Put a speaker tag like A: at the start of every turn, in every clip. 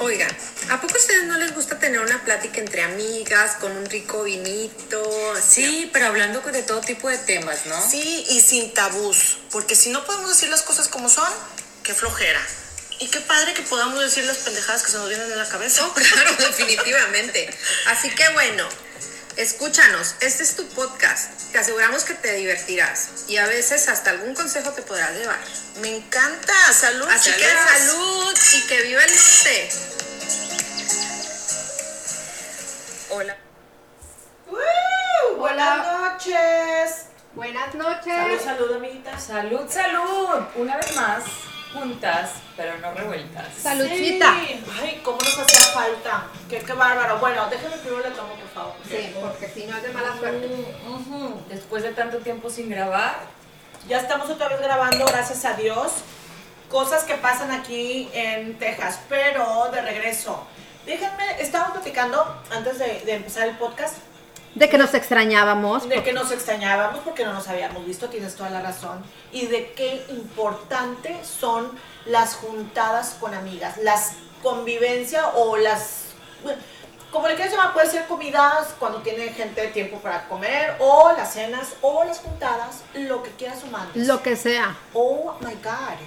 A: Oigan, ¿a poco a ustedes no les gusta tener una plática entre amigas, con un rico vinito?
B: Sí, pero hablando de todo tipo de temas, ¿no?
C: Sí, y sin tabús, porque si no podemos decir las cosas como son, qué flojera. Y qué padre que podamos decir las pendejadas que se nos vienen de la cabeza.
A: No, claro, definitivamente. Así que bueno, escúchanos, este es tu podcast. Te aseguramos que te divertirás y a veces hasta algún consejo te podrás llevar.
C: Me encanta, salud.
A: Así que salud y que viva el norte.
B: Hola.
D: Buenas noches.
E: Buenas noches.
D: Salud, salud, amiguitas.
B: Salud, salud. Una vez más, juntas, pero no revueltas.
E: Saludcita.
D: Sí. Ay, cómo nos hacía falta. Qué, qué bárbaro. Bueno, déjame primero la tomo, por favor.
E: Sí, porque si no es de mala suerte.
B: Ujú. Después de tanto tiempo sin grabar,
D: Ya estamos otra vez grabando, gracias a Dios. Cosas que pasan aquí en Texas, pero de regreso. Déjenme, estábamos platicando antes de, de empezar el podcast
E: De que nos extrañábamos.
D: de que nos extrañábamos porque no nos habíamos visto, tienes toda la razón, y de qué importante son las juntadas con amigas, las convivencia o las como le quieras llamar, puede ser comidas cuando tiene gente tiempo para comer, o las cenas, o las juntadas, lo que quieras o mandes.
E: Lo que sea.
D: Oh my god.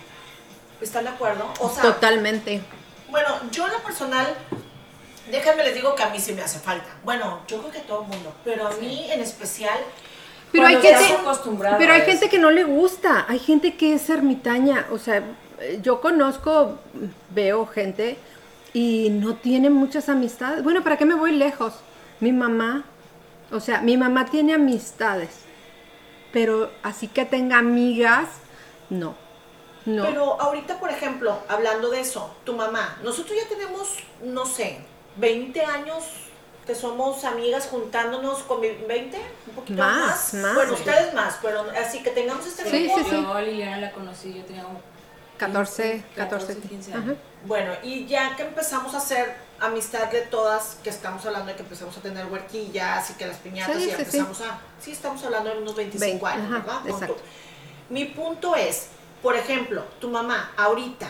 D: ¿Están de acuerdo? O sea,
E: Totalmente.
D: bueno, yo en lo personal, déjenme les digo que a mí sí me hace falta. Bueno, yo creo que a todo el mundo, pero a mí en especial.
E: Pero hay,
B: Cuando
E: gente,
B: estás acostumbrado
E: pero hay
B: a eso.
E: gente que no le gusta. Hay gente que es ermitaña. O sea, eh, yo conozco, veo gente y no tiene muchas amistades. Bueno, ¿para qué me voy lejos? Mi mamá, o sea, mi mamá tiene amistades. Pero así que tenga amigas, no. No.
D: Pero ahorita, por ejemplo, hablando de eso, tu mamá, nosotros ya tenemos, no sé, 20 años que somos amigas juntándonos con 20, un poquito
E: Más,
D: más.
E: más.
D: Bueno, ustedes más, pero así que tengamos este
E: Sí,
D: grupo.
E: sí, sí.
B: yo a Liliana la conocí, yo tenía como
E: 14,
B: 14,
E: 14.
B: 15
E: ajá.
B: años.
D: Bueno, y ya que empezamos a hacer amistad de todas, que estamos hablando de que empezamos a tener huerquillas y que las piñatas
E: Sí, sí,
D: y
E: sí.
D: empezamos a... Sí, estamos hablando de unos 25
E: Veinte,
D: años,
E: ajá,
D: ¿verdad? Pon tú.
E: exacto.
D: Mi punto es, por ejemplo, tu mamá, ahorita,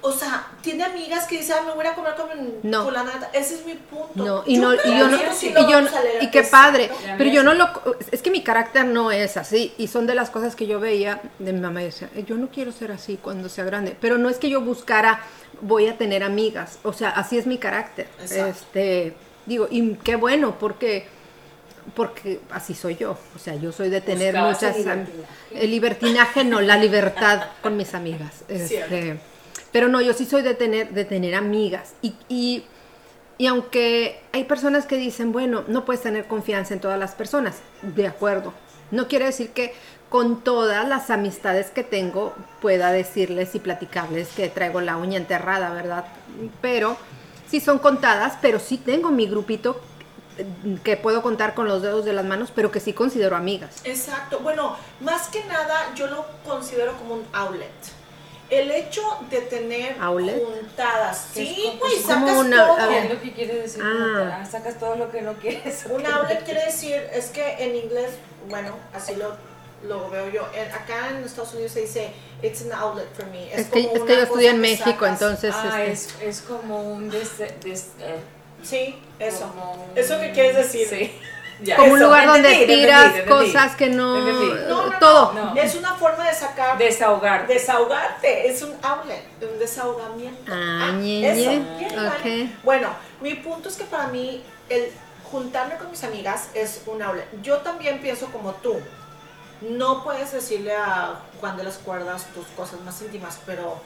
D: o sea, tiene amigas que dicen, "Ah, me voy a ir a comer con
E: No.
D: fulana de tal". Ese es mi punto.
E: No, y, no, y
D: creo
E: yo
D: que
E: no,
D: eso sí
E: y
D: lo
E: yo
D: vamos
E: no-
D: a leer,
E: y qué
D: exacto.
E: padre,
B: La
E: pero
B: mía
E: yo no
B: sí.
E: lo, es que mi carácter no es así, y son de las cosas que yo veía de mi mamá, y decía, "Eh, yo no quiero ser así cuando sea grande, pero no es que yo buscara, voy a tener amigas, o sea, así es mi carácter,
D: Exacto.
E: este, digo, y qué bueno, porque, porque así soy yo, o sea, yo soy de tener
B: Buscabas el
E: muchas, am-
B: libertinaje.
E: el libertinaje no, la libertad con mis amigas,
D: Cierto.
E: este, pero no, yo sí soy de tener, de tener amigas, y- y y aunque hay personas que dicen, bueno, no puedes tener confianza en todas las personas, de acuerdo. No quiere decir que con todas las amistades que tengo pueda decirles y platicarles que traigo la uña enterrada, ¿verdad? Pero sí son contadas, pero sí tengo mi grupito eh, que puedo contar con los dedos de las manos, pero que sí considero amigas.
D: Exacto. Bueno, más que nada yo lo considero como un outlet. El hecho de tener
E: ¿Outlet?
D: juntadas,
B: Es
D: sí,
B: como-
D: güey,
B: es
E: como
D: sacas
E: una-
D: todo.
E: a
B: ¿Qué
E: ver.
B: es lo que quieres decir?
E: Ah.
B: Ah, sacas todo lo que no quieres.
D: Un outlet quiere decir, es que en inglés, bueno, así lo, lo veo yo. En- acá en Estados Unidos se dice, it's an outlet for me.
E: Es, que,
D: como
E: es
D: una
E: que yo
D: cosa
E: estudié en
D: que
E: México,
D: sacas.
E: entonces...
B: Ah,
E: este,
B: es, es como un des, des- eh,
D: Sí, eso.
B: como un-
D: Eso que quieres decir.
B: Sí. Ya.
E: como un
D: eso,
E: lugar donde
B: entendí,
E: tiras
B: entendí, entendí.
E: cosas que no...
B: Entendí.
D: No, no, no.
E: todo.
B: No.
D: Es una forma de sacar,
B: Desahogar.
D: desahogarte. Es un outlet, un desahogamiento.
E: Ah, ñe,
D: eso.
E: ñe.
D: bien, vale.
E: Ok.
D: Bueno, mi punto es que para mí el juntarme con mis amigas es un outlet. Yo también pienso como tú. No puedes decirle a Juan de las Cuerdas tus cosas más íntimas, pero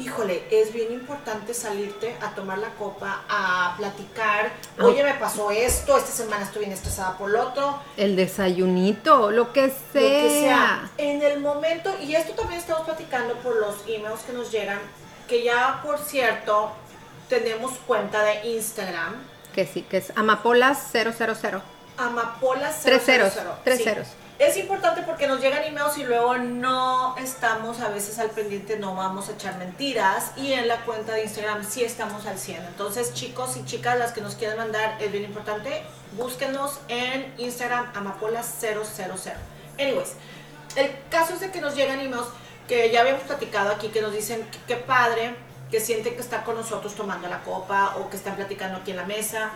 D: híjole, es bien importante salirte a tomar la copa, a platicar.
E: Ah.
D: Oye, me pasó esto, esta semana estuve bien estresada por lo otro
E: El desayunito, lo que sea.
D: lo que sea. En el momento, y esto también estamos platicando por los emails que nos llegan, que ya por cierto tenemos cuenta de Instagram,
E: Que sí, que es Amapolas 000.
D: amapola
E: Tres ceros, tres ceros.
D: Es importante porque nos llegan emails y luego no estamos a veces al pendiente, no vamos a echar mentiras. Y en la cuenta de Instagram sí estamos al 100. Entonces, chicos y chicas, las que nos quieran mandar, es bien importante, búsquenos en Instagram amapola000. Anyways, el caso es de que nos llegan emails que ya habíamos platicado aquí, que nos dicen que qué padre que sienten que está con nosotros tomando la copa o que están platicando aquí en la mesa,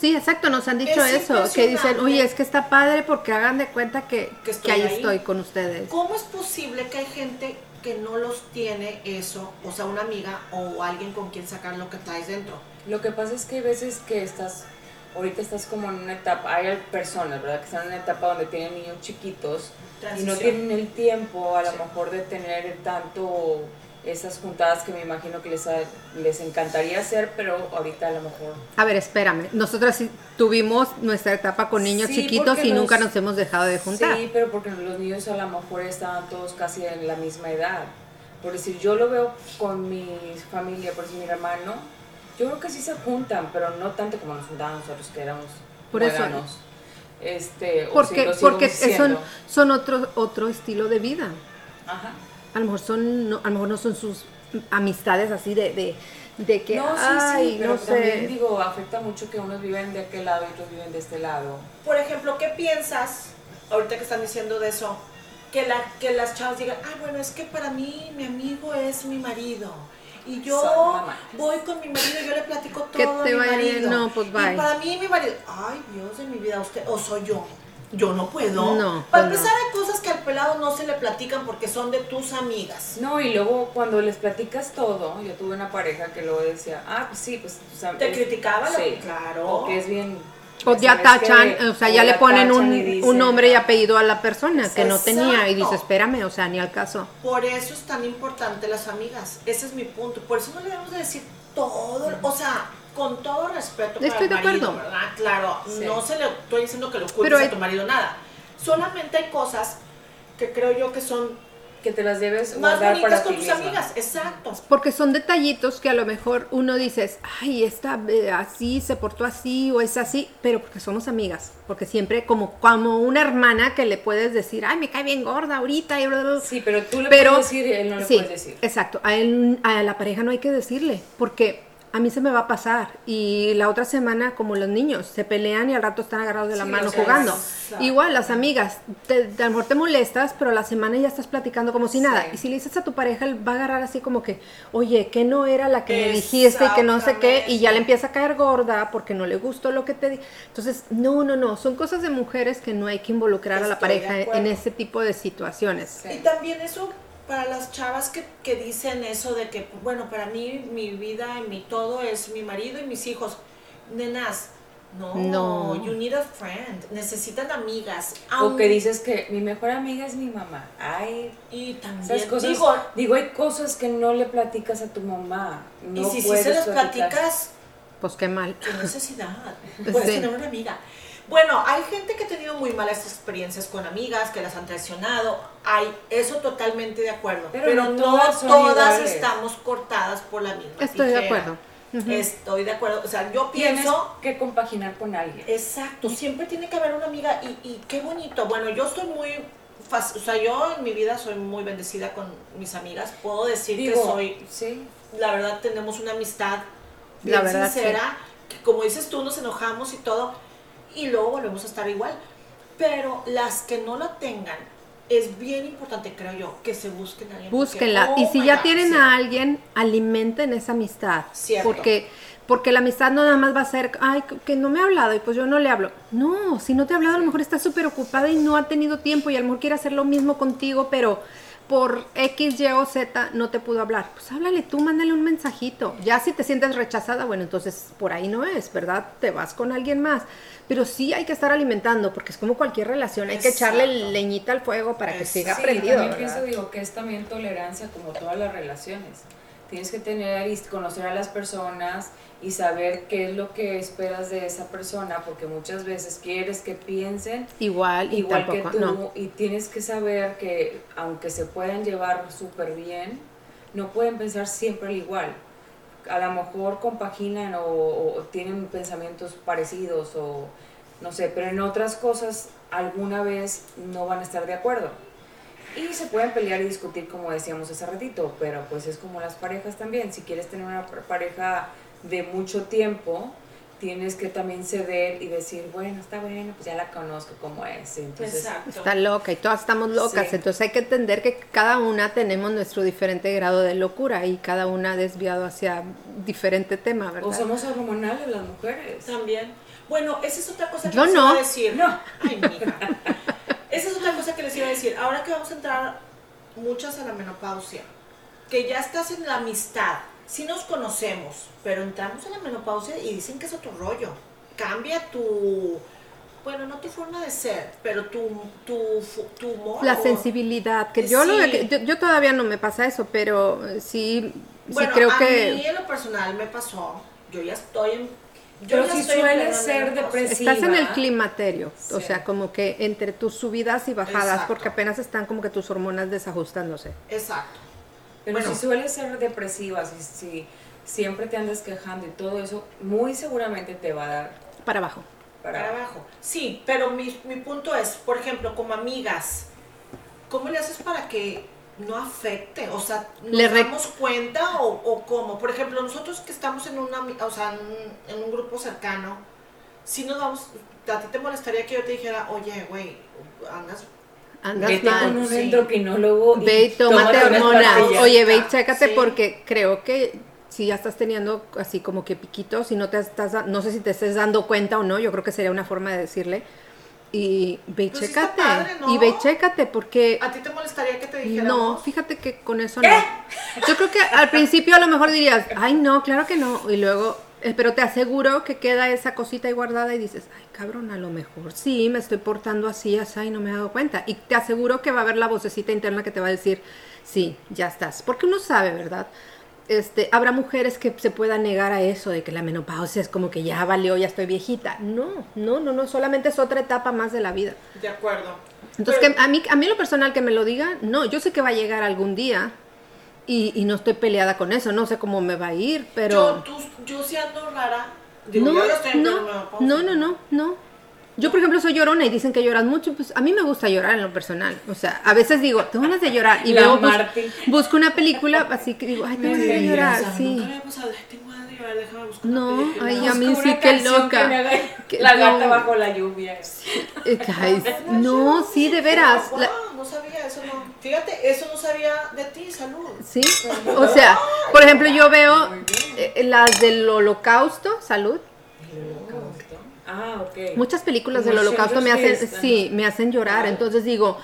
E: Sí, exacto, nos han dicho
D: Es
E: eso, que dicen,
D: impresionante.
E: oye, es que está padre porque hagan de cuenta que,
D: Que
E: que,
D: estoy
E: ahí,
D: ahí.
E: estoy con ustedes.
D: ¿Cómo es posible que hay gente que no los tiene eso? O sea, una amiga o alguien con quien sacar lo que traes dentro.
B: Lo que pasa es que hay veces que estás, ahorita estás como en una etapa, hay personas, ¿verdad? Que están en una etapa donde tienen niños chiquitos y no
D: Transición.
B: tienen el tiempo a lo
D: Sí.
B: mejor de tener tanto esas juntadas que me imagino que les, ha- les encantaría hacer, pero ahorita a lo mejor...
E: A ver, espérame, nosotras sí tuvimos nuestra etapa con niños
B: Sí,
E: chiquitos
B: porque
E: y
B: nos-
E: nunca nos hemos dejado de juntar.
B: Sí, pero porque los niños a lo mejor estaban todos casi en la misma edad. Por decir, yo lo veo con mi familia, por decir, mi hermano, yo creo que sí se juntan, pero no tanto como nos juntábamos nosotros que éramos
E: Por eso-
B: muéganos. Este, o sí,
E: porque
B: lo sigo
E: porque son,
B: siendo.
E: son otro, otro estilo de vida.
B: Ajá.
E: A lo mejor, son, no, a lo mejor no son sus amistades así de, de, de que,
B: no, sí,
E: ay,
B: sí, pero
E: no sé.
B: también digo, afecta mucho que unos viven de aquel lado y otros viven de este lado.
D: Por ejemplo, ¿qué piensas, ahorita que están diciendo de eso, que, la, que las chavas digan, ah, bueno, es que para mí mi amigo es mi marido? Y
B: Son
D: yo
B: mamás.
D: voy con mi marido, yo le platico todo
E: Que
D: a
E: te
D: mi
E: vaya bien,
D: marido.
E: no, pues, bye.
D: Y para mí mi marido, ay, Dios de mi vida, usted, o soy yo. Yo no puedo.
E: No,
D: Para
E: pues no.
D: empezar, hay cosas que al pelado no se le platican porque son de tus amigas.
B: No, y luego cuando les platicas todo, yo tuve una pareja que luego decía, ah, pues sí, pues... o sea,
D: ¿Te
B: es-
D: criticaba la- claro.
B: O que es bien...
E: O ya
B: sabes que-
E: tachan, o sea, ya le
B: la
E: ponen
B: tachan
E: un,
B: y dicen, "Ah,
E: un nombre y apellido a la persona que no tenía y
D: Exacto.
E: dice, espérame, o sea, ni al caso.
D: Por eso es tan importante las amigas. Ese es mi punto. Por eso no le debemos de decir todo, o sea, con todo respeto. para
E: Estoy
D: el
E: de
D: marido,
E: acuerdo.
D: ¿verdad? Claro,
B: Sí.
D: no se le estoy diciendo que lo culpes
E: Pero hay-
D: a tu marido nada. Solamente hay cosas que creo yo que son
B: Que te las debes
D: más
B: guardar para
D: bonitas
B: ti
D: con tus
B: misma.
D: amigas. Exacto.
E: Porque son detallitos que a lo mejor uno dices, ay, esta eh, así, se portó así o es así, pero porque somos amigas, porque siempre como, como una hermana que le puedes decir, ay, me cae bien gorda ahorita y bla, bla, bla.
B: Sí, pero tú le
E: pero
B: puedes decir, él no le
E: sí,
B: puedes decir.
E: Exacto, a, él- a la pareja no hay que decirle, porque a mí se me va a pasar y la otra semana como los niños se pelean y al rato están agarrados de la
B: Sí,
E: mano
B: o sea,
E: jugando.
B: exacto.
E: Igual las amigas, te, te- a lo mejor te molestas, pero a la semana ya estás platicando como si nada.
B: Sí.
E: Y si le dices a tu pareja, él va a agarrar así como que, oye, que no era la que me dijiste y que no sé qué, y ya le empieza a caer gorda porque no le gustó lo que te di. Entonces, no, no, no, son cosas de mujeres que no hay que involucrar a la
D: Estoy de
E: pareja en
D: acuerdo.
E: este tipo de situaciones.
B: Sí.
D: Y también eso para las chavas que, que dicen eso de que, pues, bueno, para mí mi vida y mi todo es mi marido y mis hijos. Nenas, no,
E: No.
D: you need a friend. Necesitan amigas.
B: O que
D: aun-
B: dices que mi mejor amiga es mi mamá. Ay,
D: Y también,
B: esas cosas.
D: digo,
B: digo, hay cosas que no le platicas a tu mamá. No
D: y si sí
B: puedes
D: se las
B: platicar.
D: platicas,
E: Pues qué mal.
D: qué necesidad.
E: Pues
D: Puedes
E: sí.
D: tener una amiga. Bueno, hay gente que ha tenido muy malas experiencias con amigas, que las han traicionado. Hay eso totalmente de acuerdo.
B: Pero
D: Pero,
B: no
D: no,
B: todas
D: todas,
B: son iguales.
D: estamos cortadas por la misma.
E: Estoy de
D: tijera.
E: acuerdo. Ujú.
D: Estoy de acuerdo. O sea, yo
B: Tienes
D: pienso.
B: que compaginar con alguien.
D: Exacto, siempre tiene que haber una amiga y, y qué bonito. Bueno, yo estoy muy. fas- O sea, yo en mi vida soy muy bendecida con mis amigas. Puedo decir que soy
B: sí.
D: la verdad tenemos una amistad
E: La
D: bien
E: verdad,
D: sincera, que como dices tú, nos enojamos y todo, y luego volvemos a estar igual. Pero las que no la tengan, es bien importante, creo yo, que se busquen a alguien. porque,
E: Búsquenla.
D: oh
E: y si
D: my
E: ya
D: God,
E: tienen
D: sí.
E: a alguien, alimenten esa amistad.
D: Cierto.
E: Porque, porque la amistad no nada más va a ser, ay, que- que no me ha hablado y pues yo no le hablo. No, si no te ha hablado, a lo mejor está súper ocupada y no ha tenido tiempo y a lo mejor quiere hacer lo mismo contigo, pero por X, Y o Z no te pudo hablar. Pues háblale tú, mándale un mensajito. Ya si te sientes rechazada, bueno, entonces por ahí no es, ¿verdad? Te vas con alguien más. Pero sí hay que estar alimentando, porque es como cualquier relación, hay que echarle
D: Exacto.
E: leñita al fuego para que
D: Exacto.
E: siga
B: Sí,
E: prendido.
B: También
E: ¿verdad?
B: pienso, digo, que es también tolerancia como todas las relaciones. Tienes que tener y conocer a las personas y saber qué es lo que esperas de esa persona, porque muchas veces quieres que piensen
E: Igual y
B: igual
E: tampoco,
B: que tú
E: no.
B: y tienes que saber que aunque se puedan llevar súper bien, no pueden pensar siempre al igual. A lo mejor compaginan o, o tienen pensamientos parecidos o no sé, pero en otras cosas alguna vez no van a estar de acuerdo. Y se pueden pelear y discutir como decíamos hace ratito, pero pues es como las parejas también. Si quieres tener una pareja de mucho tiempo, tienes que también ceder y decir, bueno, está bueno, pues ya la conozco como es. Entonces,
D: Exacto.
E: Está loca y todas estamos locas,
B: Sí.
E: entonces hay que entender que cada una tenemos nuestro diferente grado de locura y cada una ha desviado hacia diferente tema, ¿verdad?
B: o somos hormonales las mujeres.
D: También. Bueno, esa es otra cosa que
E: Yo
D: les
E: no.
D: iba a decir.
B: No.
D: Ay, mija. Esa es otra cosa que les iba a decir. Ahora que vamos a entrar muchas a la menopausia, que ya estás en la amistad, sí nos conocemos, pero entramos a la menopausia y dicen que es otro rollo. Cambia tu, bueno, no tu forma de ser, pero tu, tu, fu- tu humor.
E: La
D: o-
E: sensibilidad, que yo, lo
D: Sí.
E: que- yo, yo todavía no me pasa eso, pero eh, sí,
D: Bueno,
E: sí creo
D: a
E: que...
D: mí en lo personal me pasó. Yo ya estoy en... Yo
B: Pero
D: ya
B: si
D: estoy en
B: suele
D: plena
B: ser
D: menopausia.
B: depresivo.
E: Estás en el
B: ¿verdad?
E: climaterio, o
B: Sí.
E: sea, como que entre tus subidas y bajadas,
D: Exacto.
E: porque apenas están como que tus hormonas desajustándose.
D: Exacto.
B: Pero
D: Bueno.
B: si sueles ser depresiva, si, si siempre te andas quejando y todo eso, muy seguramente te va a dar
E: Para abajo.
D: para
B: para...
D: abajo. Sí, pero mi, mi punto es, por ejemplo, como amigas, ¿cómo le haces para que no afecte? O sea, ¿nos
E: Le re-
D: damos cuenta o, o cómo? Por ejemplo, nosotros que estamos en, una, ami- o sea, en, un- en un grupo cercano, si nos damos, a ti te molestaría que yo te dijera, oye, güey, andas...
E: Andas
B: Vete
E: mal.
B: con un
D: sí.
B: endocrinólogo y
E: Ve y tómate
B: tómate unas
E: hormonas.
B: pastillas.
E: Oye, ve y chécate
D: Sí.
E: porque creo que si ya estás teniendo así como que piquitos y no te estás, da- no sé si te estés dando cuenta o no, yo creo que sería una forma de decirle. Y ve y
D: Pues sí está
E: chécate.
D: padre, ¿no?
E: Y ve y chécate porque
D: ¿A ti te molestaría que te dijera?
E: No, fíjate que con eso no. Yo creo que al principio a lo mejor dirías, ay no, claro que no. Y luego, eh, pero te aseguro que queda esa cosita ahí guardada y dices, ay cabrón, a lo mejor sí, me estoy portando así, así, y no me he dado cuenta. Y te aseguro que va a haber la vocecita interna que te va a decir, sí, ya estás. Porque uno sabe, ¿verdad? Este, habrá mujeres que se puedan negar a eso de que la menopausia es como que ya valió, ya estoy viejita. No, no, no, no, solamente es otra etapa más de la vida.
D: De acuerdo.
E: Entonces,
D: Pero-
E: que a mí, a mí lo personal que me lo diga, no, yo sé que va a llegar algún día y, y no estoy peleada con eso, no sé cómo me va a ir,
D: Yo,
E: pero...
D: tú, yo sí ando rara. Digo,
E: No,
D: yo ahora estoy en
E: no,
D: plena menopausia.
E: no, no, no, no. Yo, por ejemplo, soy llorona y dicen que lloras mucho, pues a mí me gusta llorar en lo personal. O sea, a veces digo, tengo ganas de llorar y
B: La
E: luego bus-
B: Marti.
E: busco una película así que digo, ay, tengo ganas de
D: O
E: llorar,
D: sea,
E: sí.
D: nunca habíamos hablado, tengo ganas de llorar, déjame buscar una
E: No,
D: película.
E: ay, a mí
B: Busco
E: sí
B: una
E: que
B: canción que
E: loca.
B: me haga-
E: Que-
B: la
E: no,
B: gata bajo la lluvia.
E: eh, guys, no, sí, de veras.
D: Wow,
E: la-
D: no sabía eso, no. Fíjate, eso no sabía de ti, salud.
E: Sí, o sea, por ejemplo, yo veo eh, las del holocausto, salud.
B: Ah, ok.
E: Muchas películas del
B: Como
E: holocausto me
B: Schindler's
E: hacen,
B: List,
E: sí, me hacen llorar.
B: Claro.
E: Entonces digo,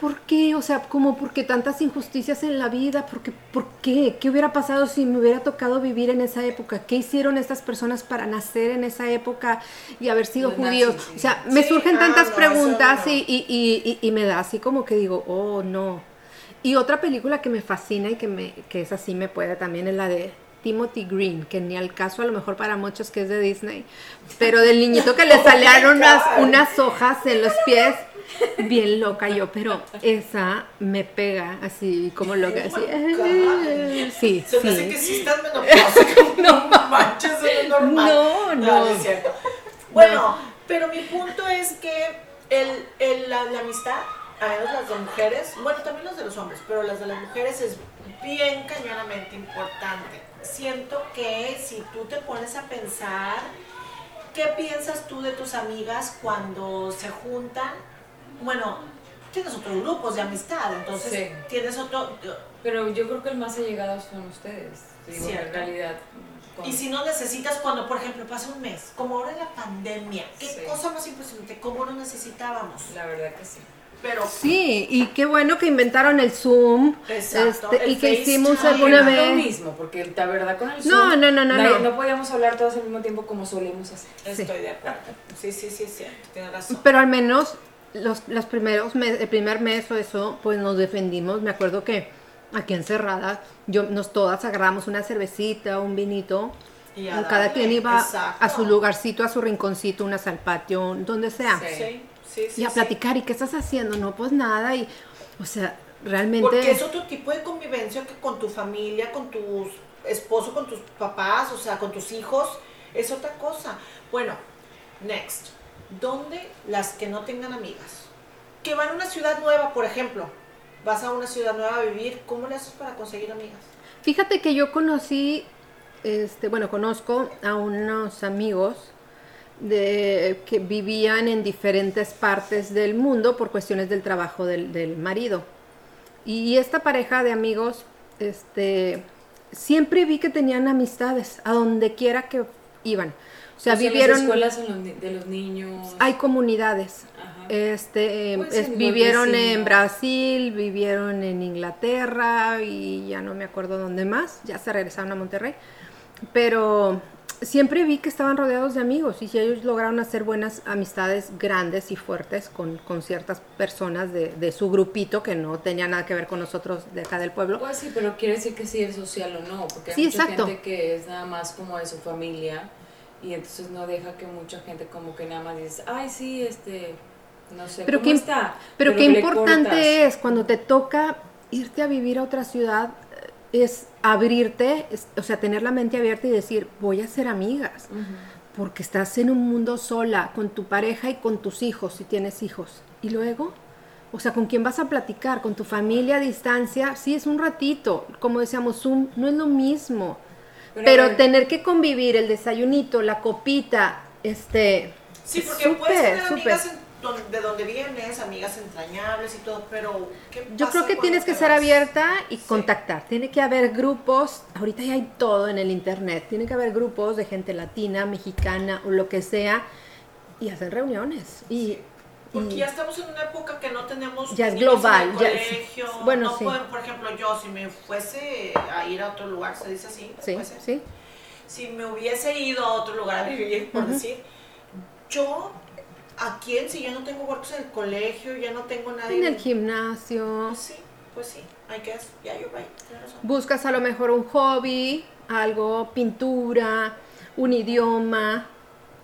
E: ¿por qué? O sea, como porque tantas injusticias en la vida, ¿por qué? ¿Por qué? ¿Qué hubiera pasado si me hubiera tocado vivir en esa época? ¿Qué hicieron estas personas para nacer en esa época y haber sido
B: Los
E: judíos?
B: nazis, sí.
E: O sea, me
D: Sí,
E: surgen
D: ah,
E: tantas
D: no,
E: preguntas
D: eso no.
E: y, y- y- y- y me da así como que digo, oh, no. Y otra película que me fascina y que, me, que es así me puede también es la de Timothy Green, que ni al caso a lo mejor para muchos que es de Disney, pero del niñito que le
D: Oh,
E: salieron unas, unas hojas en los pies, bien loca yo, pero esa me pega así como loca, así.
D: Oh God.
E: Sí,
D: Se me hace que
E: sí.
D: sí estás menopáusica. no manches, eso no es normal.
E: No, no.
D: es cierto. Bueno, pero mi punto es que el, el- la, la amistad, a menos las de mujeres, bueno, también las de los hombres, pero las de las mujeres es bien cañonamente importante. Siento que si tú te pones a pensar, ¿qué piensas tú de tus amigas cuando se juntan? Bueno, tienes otros grupos de amistad, entonces
B: Sí.
D: tienes otro...
B: Pero yo creo que el más allegado son ustedes. Digo, en
D: Cierto.
B: realidad. con-
D: Y si no necesitas cuando, por ejemplo, pasa un mes, como ahora en la pandemia, qué
B: Sí.
D: cosa más impresionante, cómo no necesitábamos.
B: La verdad que sí.
D: Pero
E: Sí, y qué bueno que inventaron el Zoom
D: Exacto,
E: este,
D: el
E: y que hicimos
D: FaceTime,
E: alguna
B: No es lo
E: vez.
B: mismo, porque la verdad con el
E: No,
B: Zoom,
E: no, no, no,
B: nadie-
E: no.
B: podíamos hablar todos al mismo tiempo como solemos hacer.
D: estoy de acuerdo. Sí, sí, sí, es cierto, tienes razón.
E: Pero al menos los, los primeros mes- el primer mes o eso, pues nos defendimos. Me acuerdo que aquí encerrada, yo, nos todas agarramos una cervecita, un vinito.
D: Y a
E: cada
D: darle,
E: quien iba
D: exacto.
E: a su lugarcito, a su rinconcito, unas al patio, donde sea.
B: Sí.
D: Sí, sí, sí.
E: Y a
D: sí.
E: platicar, ¿y qué estás haciendo? No, pues nada. Y, o sea, realmente...
D: Porque es otro tipo de convivencia que con tu familia, con tus esposo, con tus papás, o sea, con tus hijos, es otra cosa. Bueno, next. ¿Dónde las que no tengan amigas? Que van a una ciudad nueva, por ejemplo. Vas a una ciudad nueva a vivir, ¿cómo le haces para conseguir amigas?
E: Fíjate que yo conocí este, bueno, conozco a unos amigos de, que vivían en diferentes partes del mundo por cuestiones del trabajo del, del marido. Y esta pareja de amigos, este, siempre vi que tenían amistades a donde quiera que iban. O sea,
B: O sea, en las
E: vivieron,
B: escuelas en los ni- de los niños.
E: hay comunidades.
B: Ajá.
E: Este, eh,
B: Pues
E: es-
B: en los
E: vivieron en
B: vecinos.
E: Brasil, vivieron en Inglaterra y ya no me acuerdo dónde más, ya se regresaron a Monterrey, pero siempre vi que estaban rodeados de amigos y si ellos lograron hacer buenas amistades grandes y fuertes con, con ciertas personas de, de su grupito que no tenía nada que ver con nosotros de acá del pueblo.
B: Pues sí, pero quiere decir que sí es social o no, porque hay
E: Sí,
B: mucha
E: exacto.
B: gente que es nada más como de su familia y entonces no deja que mucha gente como que nada más dice, ay sí, este, no sé,
E: Pero
B: ¿cómo
E: qué,
B: está?
E: pero qué
B: le
E: importante
B: cortas.
E: es cuando te toca irte a vivir a otra ciudad, eh, es abrirte, es- o sea, tener la mente abierta y decir, voy a ser amigas, porque estás en un mundo sola, con tu pareja y con tus hijos, si tienes hijos. Y luego, o sea, ¿con quién vas a platicar? ¿Con tu familia a distancia? Sí, es un ratito, como decíamos, Zoom no es lo mismo,
B: Pero
E: pero,
B: a ver.
E: tener que convivir el desayunito, la copita, este...
D: Sí, porque
E: súper,
D: puedes tener
E: súper.
D: amigas en don- de donde vienes, amigas entrañables y todo, pero ¿qué
E: Yo
D: pasa
E: creo que
D: cuando
E: tienes
D: te
E: que ser
D: vas?
E: abierta y contactar. Tiene que haber grupos, ahorita ya hay todo en el internet, tiene que haber grupos de gente latina, mexicana o lo que sea y hacer reuniones. Y,
D: Porque
E: y-
D: ya estamos en una época que no tenemos
E: Mm. Ya es
D: niños en el
E: global, ya es-
D: colegio,
E: bueno,
D: no
E: sí.
D: pueden, por ejemplo, yo si me fuese a ir a otro lugar, se dice así,
E: sí,
D: Puede ser.
E: sí.
D: si me hubiese ido a otro lugar a vivir, por decir, yo a quién si ya no tengo huertos en el colegio, ya no tengo nadie.
E: En el gimnasio,
D: Pues sí, pues sí, I guess, yeah, you're right, tienes razón.
E: buscas a lo mejor un hobby, algo, pintura, un idioma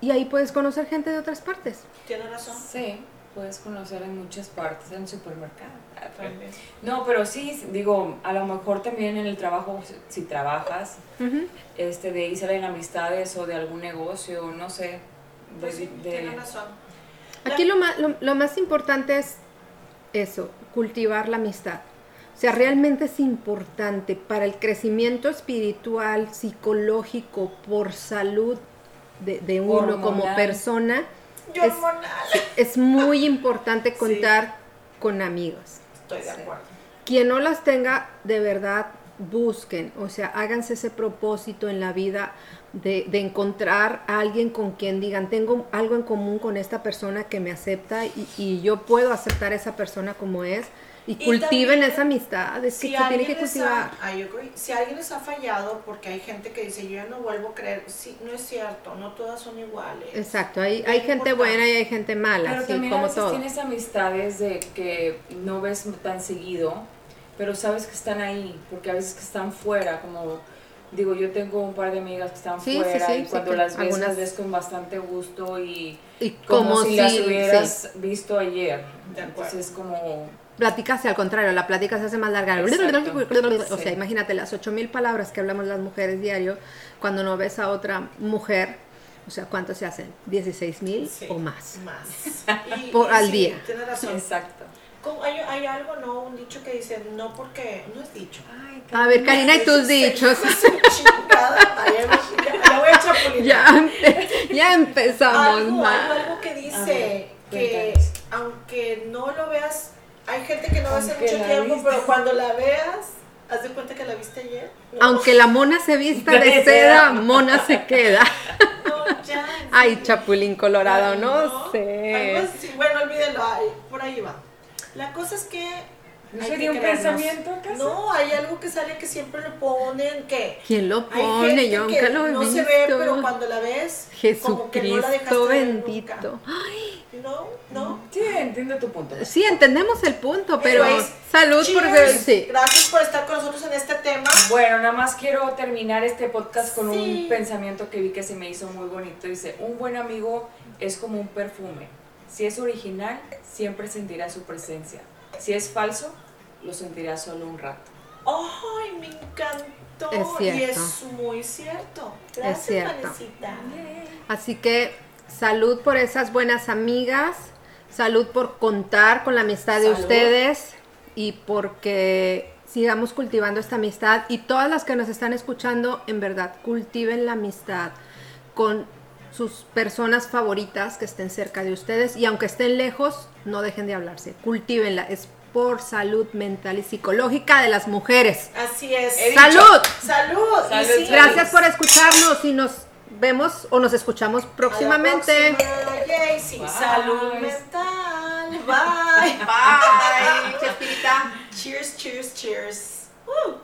E: y ahí puedes conocer gente de otras partes.
D: Tienes razón.
B: Sí, puedes conocer en muchas partes, en supermercado.
D: También.
B: No, pero sí, digo, a lo mejor también en el trabajo, si- si trabajas, este, de ahí salen amistades o de algún negocio, no sé. De,
D: Pues sí,
B: de-
D: tienes razón.
E: Aquí lo más, lo, lo más importante es eso, cultivar la amistad. O sea, realmente es importante para el crecimiento espiritual, psicológico, por salud de, de uno como
B: Hormonal.
E: persona.
D: Yo
E: Es,
D: hormonal.
E: es muy importante contar con amigos.
D: Estoy de acuerdo.
E: Quien no las tenga, de verdad, busquen. O sea, háganse ese propósito en la vida de, de encontrar a alguien con quien digan, tengo algo en común con esta persona que me acepta y, y yo puedo aceptar a esa persona como es. Y, cultiven
D: también,
E: esa amistad. Es que se tiene que
D: les
E: cultivar.
D: Ha, I agree. Si alguien les ha fallado, porque hay gente que dice, yo ya no vuelvo a creer, sí, no es cierto, no todas son iguales.
E: Exacto, hay, hay gente buena y hay gente mala,
B: Pero
E: así
B: también a
E: Ah, como
B: veces
E: todo.
B: tienes amistades de que no ves tan seguido, pero sabes que están ahí, porque a veces que están fuera, como digo, yo tengo un par de amigas que están
E: Sí, sí,
B: fuera
E: sí,
B: y
E: sí,
B: cuando
E: que
B: las ves
E: algunas-
B: las ves con bastante gusto y
E: Y
B: como, si, las
E: sí,
B: hubieras visto ayer.
D: De acuerdo.
B: Entonces es como
E: Platicas al contrario, la plática se hace más larga.
B: Exacto.
E: O sea,
B: Sí.
E: imagínate las ocho mil palabras que hablamos las mujeres diario, cuando no ves a otra mujer, o sea, ¿cuánto se hacen? 16 mil
D: Sí,
E: o más.
D: Más. Y-
E: Por-
D: y
E: al
D: sí,
E: día.
D: Tienes razón.
B: exacto.
D: Como Hay, hay algo, ¿no? Un dicho que dice, no porque, no es dicho.
E: A ver, Ah. Karina, y tus dichos.
D: Chingada, María, ya, ya voy a chapulinar.
E: ya, ya empezamos
D: algo, algo,
E: mal.
D: algo que
B: A
D: dice
B: ver,
D: que
B: cuéntanos.
D: aunque no lo veas, hay gente que no ve hace
B: Aunque
D: mucho
B: la
D: tiempo,
B: viste.
D: pero cuando la veas, haz de cuenta que la viste ayer. No,
E: Aunque la mona se vista de seda, mona se queda.
D: no, ya. en
E: Ay,
D: serio.
E: Chapulín Colorado,
D: Ay, pues,
E: no
D: Algo
E: sé.
D: así, Bueno, olvídenlo, ay, por ahí va. La cosa es que.
B: ¿No
D: hay
B: sería
D: que
B: un
D: creernos.
B: pensamiento, acaso?
D: No, hay algo que sale que siempre lo ponen, que.
E: ¿Quién lo
D: Hay
E: pone?
D: gente
E: Yo
D: que
E: nunca lo he
D: no
E: visto.
D: se ve, pero cuando la ves, como que no la dejaste
E: Jesucristo
D: de ver nunca.
E: bendito.
D: No, no.
B: Sí, entiendo tu punto.
E: Sí, entendemos el punto, pero
D: Anyways,
E: salud por
D: cheers.
E: sí.
D: Gracias por estar con nosotros en este tema.
B: Bueno, nada más quiero terminar este podcast con
D: Sí.
B: un pensamiento que vi que se me hizo muy bonito. Dice, un buen amigo es como un perfume. Si es original, siempre sentirá su presencia. Si es falso, lo sentirá solo un rato.
D: Ay, me encantó.
E: Es
D: Y
E: cierto.
D: es muy cierto. Gracias,
E: cierto.
D: Vanesita.
E: Así que salud por esas buenas amigas, salud por contar con la amistad de
B: Salud.
E: ustedes y porque sigamos cultivando esta amistad y todas las que nos están escuchando, en verdad, cultiven la amistad con sus personas favoritas que estén cerca de ustedes y aunque estén lejos, no dejen de hablarse, cultívenla, es por salud mental y psicológica de las mujeres.
D: Así es.
E: He dicho, ¡Salud!
D: ¡Salud! Y
B: Salud,
D: sí,
E: Gracias por escucharnos y nos vemos o nos escuchamos
D: a la
E: próximamente.
D: próxima, Yay, sí.
B: Bye.
D: Salud mental. Bye.
A: Bye, Chespirita.
D: cheers, cheers, cheers. Woo.